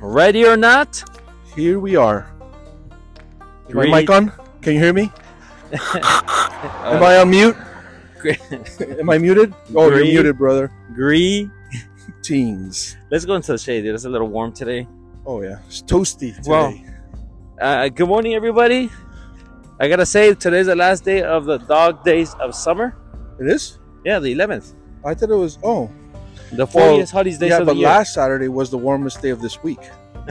Ready or not? Here we are. Is my Three- mic on? Can you hear me? Uh, Am I on mute? Great. Am I muted? Oh, Three. you're muted, brother. Gree. Teens. Let's go into the shade. dude. It's a little warm today. Oh yeah, it's toasty today. Wow. Uh, good morning, everybody. I gotta say, today's the last day of the dog days of summer. It is. Yeah, the 11th. I thought it was. Oh, The 40th Well, hottest days yeah. of the But year. last Saturday was the warmest day of this week.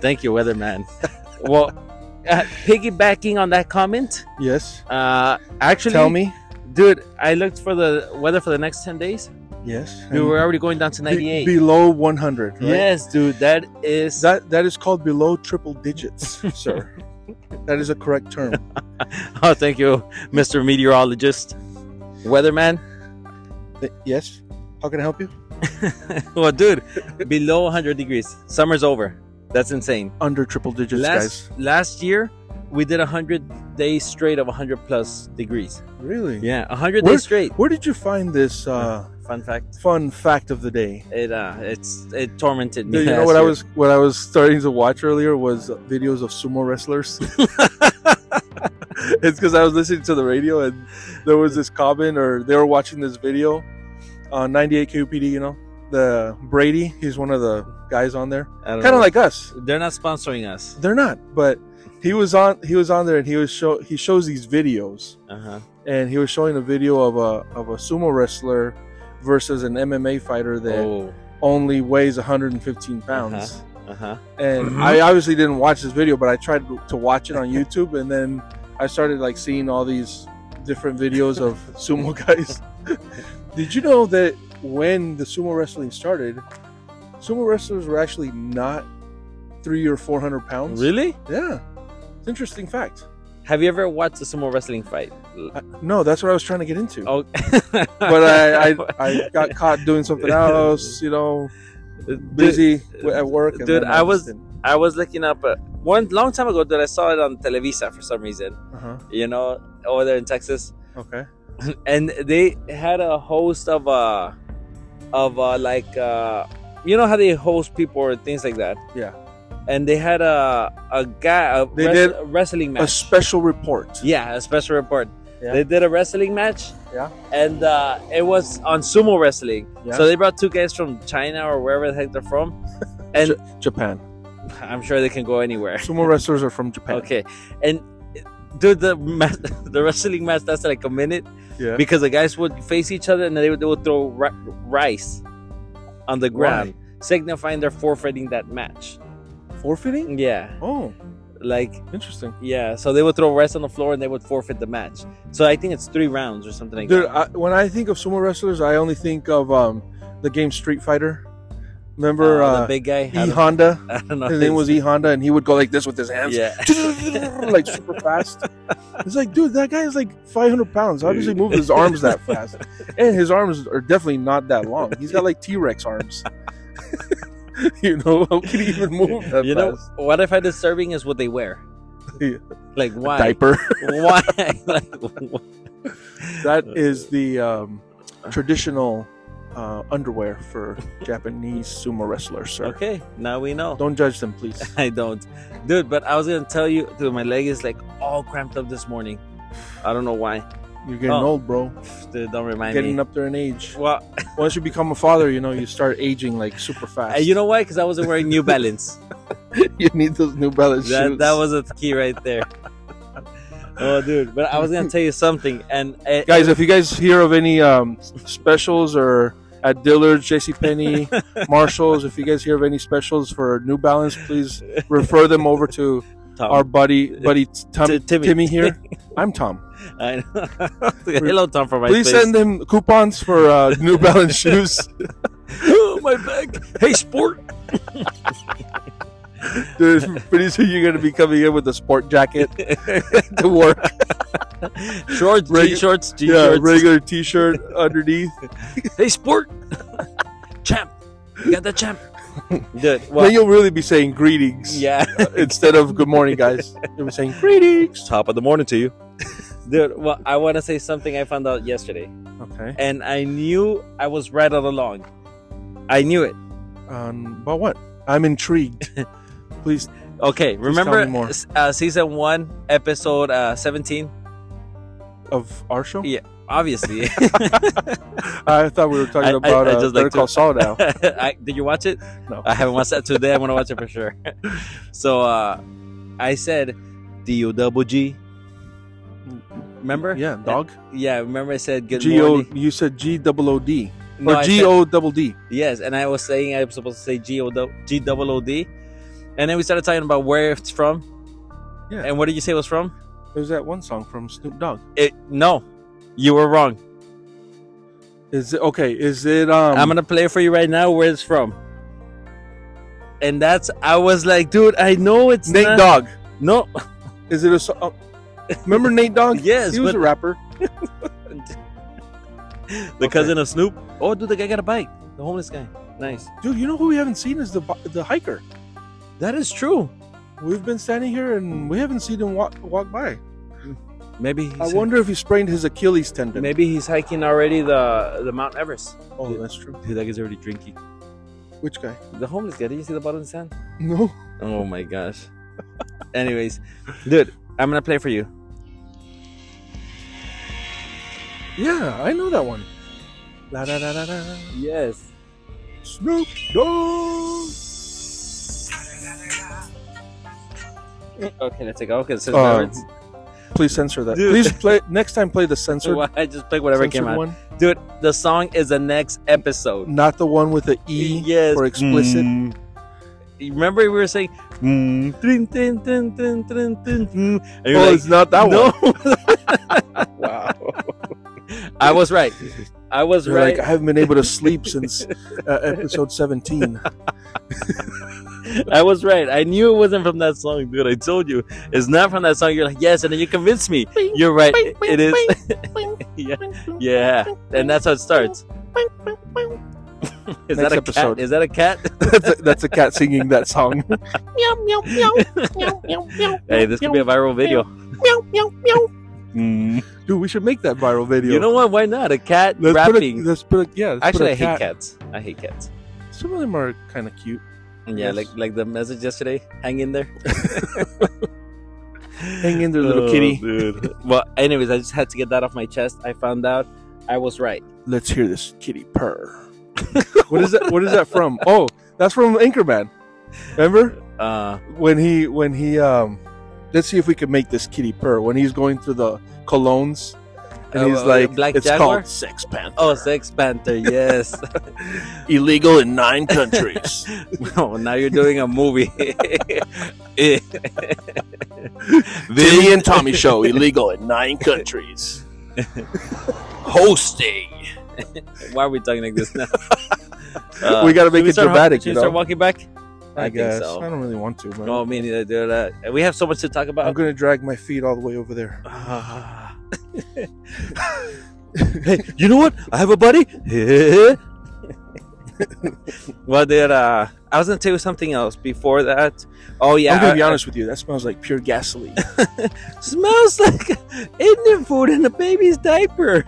Thank you, weatherman. well, uh, piggybacking on that comment, Yes. uh, actually, Tell me. dude, I looked for the weather for the next 10 days. Yes. Dude, we're already going down to Be- 98. below 100. Right? Yes, dude, that is That that is called below triple digits, sir. That is a correct term. Oh, thank you, Mr. Meteorologist. Weatherman. Th- yes. How can I help you? Well, Oh, dude, below 100 degrees. Summer's over. That's insane. Under triple digits, Last last year, we did 100 days straight of 100 plus degrees. guys. Really? Yeah, 100 Where- days straight. Where did you find this uh, Fun fact. fun fact of the day? It uh, it's it tormented me. Dude, you know last what I year. was what I was starting to watch earlier was videos of sumo wrestlers. it's because I was listening to the radio and there was this comment or they were watching this video uh, on 98 QPD. You know, the Brady. He's one of the guys on there, I don't kind know. of like us. they're not sponsoring us. They're not, but he was on he was on there and he was show he shows these videos Uh huh. and he was showing a video of a of a sumo wrestler versus an MMA fighter that Oh. only weighs 115 pounds. Uh huh. And Mhm. I obviously didn't watch this video, but I tried to watch it on YouTube, and then I started like seeing all these different videos of sumo guys. Did you know that when the sumo wrestling started, sumo wrestlers were actually not three or four hundred pounds? Really? Yeah, it's an interesting fact. Have you ever watched a sumo wrestling fight? No, that's what I was trying to get into. Oh. But I, I, I got caught doing something else, you know, busy w- at work. And dude, then I was- just didn't. I was looking up uh, one long time ago that I saw it on Televisa for some reason, Uh-huh. you know, over there in Texas, Okay. and they had a host of uh of uh like uh you know how they host people or things like that. Yeah. And they had a a guy a They wres- did wrestling A match. special report. yeah, a special report. Yeah. They did a wrestling match. Yeah. And uh, it was on sumo wrestling. Yeah. So they brought two guys from China or wherever the heck they're from, and Japan. I'm sure they can go anywhere. Sumo wrestlers are from Japan. Okay, and dude, the ma- the wrestling match lasted like a minute Yeah. because the guys would face each other and they would, they would throw ri- rice on the ground, signifying they're forfeiting that match. Forfeiting? Yeah, Oh, like interesting. yeah. So they would throw rice on the floor and they would forfeit the match. So I think it's three rounds or something like Dude, that. I, when I think of sumo wrestlers, I only think of um, the game Street Fighter. Remember Uh, uh, the big guy. I E don't, Honda? I don't know. His name was E Honda, and he would go like this with his hands, Yeah. like super fast. It's like, dude, that guy is like 500 pounds. How does he move his arms that fast? And his arms are definitely not that long. He's got like T Rex arms. you know, how can he even move that You know fast? what I find disturbing is what they wear. Yeah. Like why? Diaper. Why? like, wh- that Uh, is the um, traditional uh, underwear for Japanese sumo wrestlers, sir. okay, now we know. Don't judge them, please. I don't, dude. But I was gonna tell you, dude. My leg is like all cramped up this morning. I don't know why. You're getting Oh. old, bro. Pff, Dude, don't remind Getting me. up there in age. Well, Once you become a father, you know you start aging like super uh, fast. you know why? Because I wasn't wearing New Balance. you need those New Balance that shoes. that was a key right there. oh, dude. But I was gonna tell you something, and uh, guys. If you guys hear of any um, specials or at Dillard's, J.C. Penney, Marshalls, if you guys hear of any specials for New Balance, please refer them over to Tom, our buddy, buddy Oh. Tom, T- Timmy. Timmy here. I'm Tom. I know. Hello, Tom from my Please send them coupons for uh, New Balance shoes, oh, my back. Hey, sport. dude. Pretty soon you're gonna be coming in with a sport jacket to work. Shorts, Regu- G-shorts, Yeah, G-shorts. regular T-shirt underneath. hey, sport. champ. You got the champ. Dude, Then well, you'll really be saying greetings yeah. instead of good morning, guys. You'll be saying greetings. top of the morning to you. Dude, well, I want to say something I found out yesterday, Okay. and I knew I was right all along. I knew it. on about Um, what? I'm intrigued. Please, Okay, Please tell me remember more. s- uh, season one, episode uh, 17? of our show. Yeah. Obviously. I thought we were talking I- I- about I uh, just Better like to- Call Saul now. I, did you watch it? No. I haven't watched that today. I want to watch it for sure. so uh, I said D O double G. Remember? Yeah, dog. Yeah, remember I said good G O. morning. You said G double O D No, or I G said- O double D. Yes, and I was saying I was supposed to say G O dou- G double O D. And then we started talking about where it's from. Yeah. And what did you say it was from? There's that one song from Snoop Dogg. It no. You were wrong. Is it okay? Is it um? I'm gonna play for you right now where it's from. And that's I was like, dude, I know it's Nate not- Dogg. No, Is it a song? oh, remember Nate Dogg? yes, he was but a rapper. the Okay. cousin of Snoop. Oh, dude, the guy got a bike. The homeless guy. Nice. Dude, you know who we haven't seen is the bu- the hiker. That is true. We've been standing here and we haven't seen him walk walk by. Maybe he's, I wonder if he sprained his Achilles tendon. Maybe he's hiking already the the Mount Everest. Oh, that's true. Dude, that guy's already drinking. Which guy? The homeless guy. Did you see the bottom of the sand? No. Oh my gosh. Anyways, dude, I'm gonna play for you. Yeah, I know that one. La da da da da. Yes. Snoop Dogg. Okay, let's take. Okay, so Um, Please censor that. Dude. Please play next time. Play the censored, I just picked whatever censored came out. one, dude the song is the next episode not the one with the e yes for explicit. Mm. You remember we were saying mm, dun, dun, dun, dun, dun, dun, dun, and you're Oh, like, it's not that no one. Wow. i was right i was You're right like I haven't been able to sleep since uh, episode 17. i was right i knew it wasn't from that song dude i told you it's not from that song you're like yes and then you convinced me you're right it- it is yeah yeah and that's how it starts is that Next a episode. cat is that a cat that's, a, that's a cat singing that song. meow meow meow meow meow meow. hey this could be a viral video meow meow meow. Dude, we should make that viral video. you know what why not a cat Mm. let's rapping Put a, let's put a, yeah. Let's Actually, I put hate a cat. cats. I hate cats. Some of them are kind of cute. Yeah, Yes. like like the message yesterday. Hang in there. Hang in there, little Oh, kitty. Dude. well, anyways, I just had to get that off my chest. I found out I was right. Let's hear this kitty purr. what is that? What is that from? Oh, that's from Anchorman. Remember Uh, when he when he um? Let's see if we can make this kitty purr when he's going through the colognes, and Uh, he's uh, like, Black "It's Jaguar? called Sex Panther, oh, Sex Panther. Yes. illegal in nine countries." no, now you're doing a movie. Eh. Billy Vin- and Tommy show illegal in nine countries. hosting. Why are we talking like this now? Uh, we got to make should we it start- dramatic, Should you we start know. walking back? I, guess think so. I don't really want to, but No, me neither, dude. Uh, we have so much to talk about. I'm gonna drag my feet all the way over there. Ah. hey, you know what? I have a buddy. well, dude, uh, I was gonna tell you something else before that. Oh yeah, I'm gonna be I- honest with you. That smells like pure gasoline. I- smells like Indian food in a baby's diaper.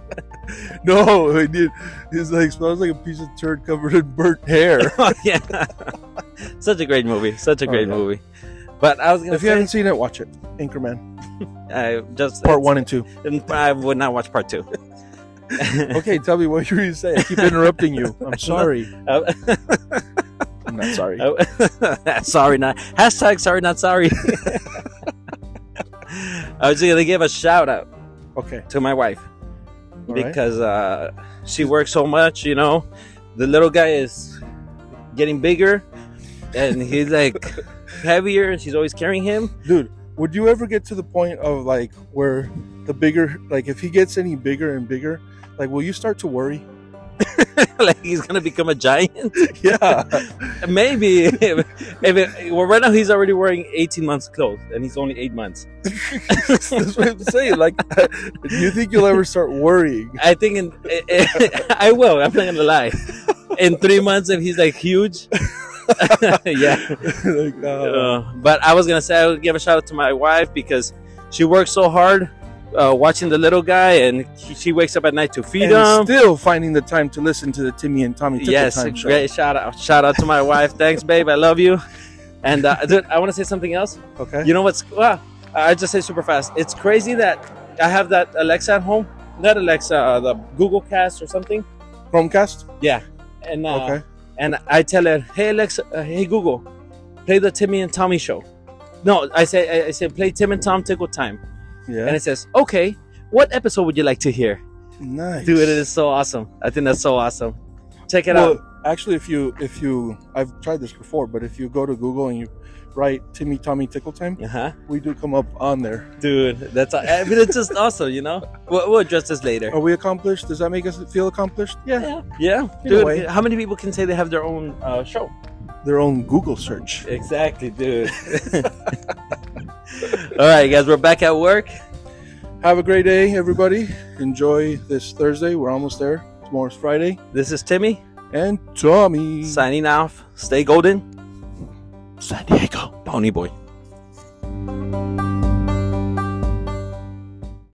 no, it did. It's like smells like a piece of turd covered in burnt hair. oh, yeah, such a great movie. Such a Oh, great yeah. movie. But I was gonna if you say, haven't seen it, watch it. Anchorman, I just part one and two. I would not watch part two. Okay, tell me what you were gonna say. I keep interrupting you. I'm sorry. I'm not sorry. Oh, sorry, not hashtag. Sorry, not sorry. I was gonna give a shout out Okay. to my wife all right. because uh, she works so much. You know, the little guy is getting bigger, and he's like heavier, and she's always carrying him. dude would you ever get to the point of like where the bigger like if he gets any bigger and bigger like will you start to worry like he's gonna become a giant. yeah Maybe. if, if it, well, right now he's already wearing 18 months clothes, and he's only eight months. that's what i'm saying like do you think you'll ever start worrying I think in, eh, I will. I'm not gonna lie. In three months, if he's like huge, yeah. like uh, Uh, but I was gonna say I would give a shout out to my wife because she works so hard uh, watching the little guy, and he, she wakes up at night to feed and him. still finding the time to listen to the Timmy and Tommy Tipper yes, time show. great shout out, shout out to my wife. Thanks, babe. I love you. And uh, dude, I want to say something else. Okay. You know what's? Well, I just say super fast. It's crazy that I have that Alexa at home. Not Alexa, uh, the Google Cast or something. Chromecast. And uh, Okay. and I tell her, "Hey Alexa, uh, hey Google, play the Timmy and Tommy show." No, I say I, I say play Tim and Tom Tickle Time, and Yeah. it says, "Okay, what episode would you like to hear?" Nice. Dude, it is so awesome. I think that's so awesome. Check it out. Well, actually, if you if you I've tried this before, but if you go to Google and you write Timmy Tommy Tickle Time, Uh huh. we do come up on there. Dude, that's I mean, it's just awesome. You know, we'll, we'll address this later. Are we accomplished? Does that make us feel accomplished? Yeah. Yeah, yeah, Either dude. way. How many people can say they have their own uh, show? Their own Google search. Exactly, dude. All right, guys, we're back at work. Have a great day, everybody. Enjoy this Thursday. We're almost there. Tomorrow's Friday. This is Timmy And Tommy. signing off. Stay golden, San Diego. Pony Boy.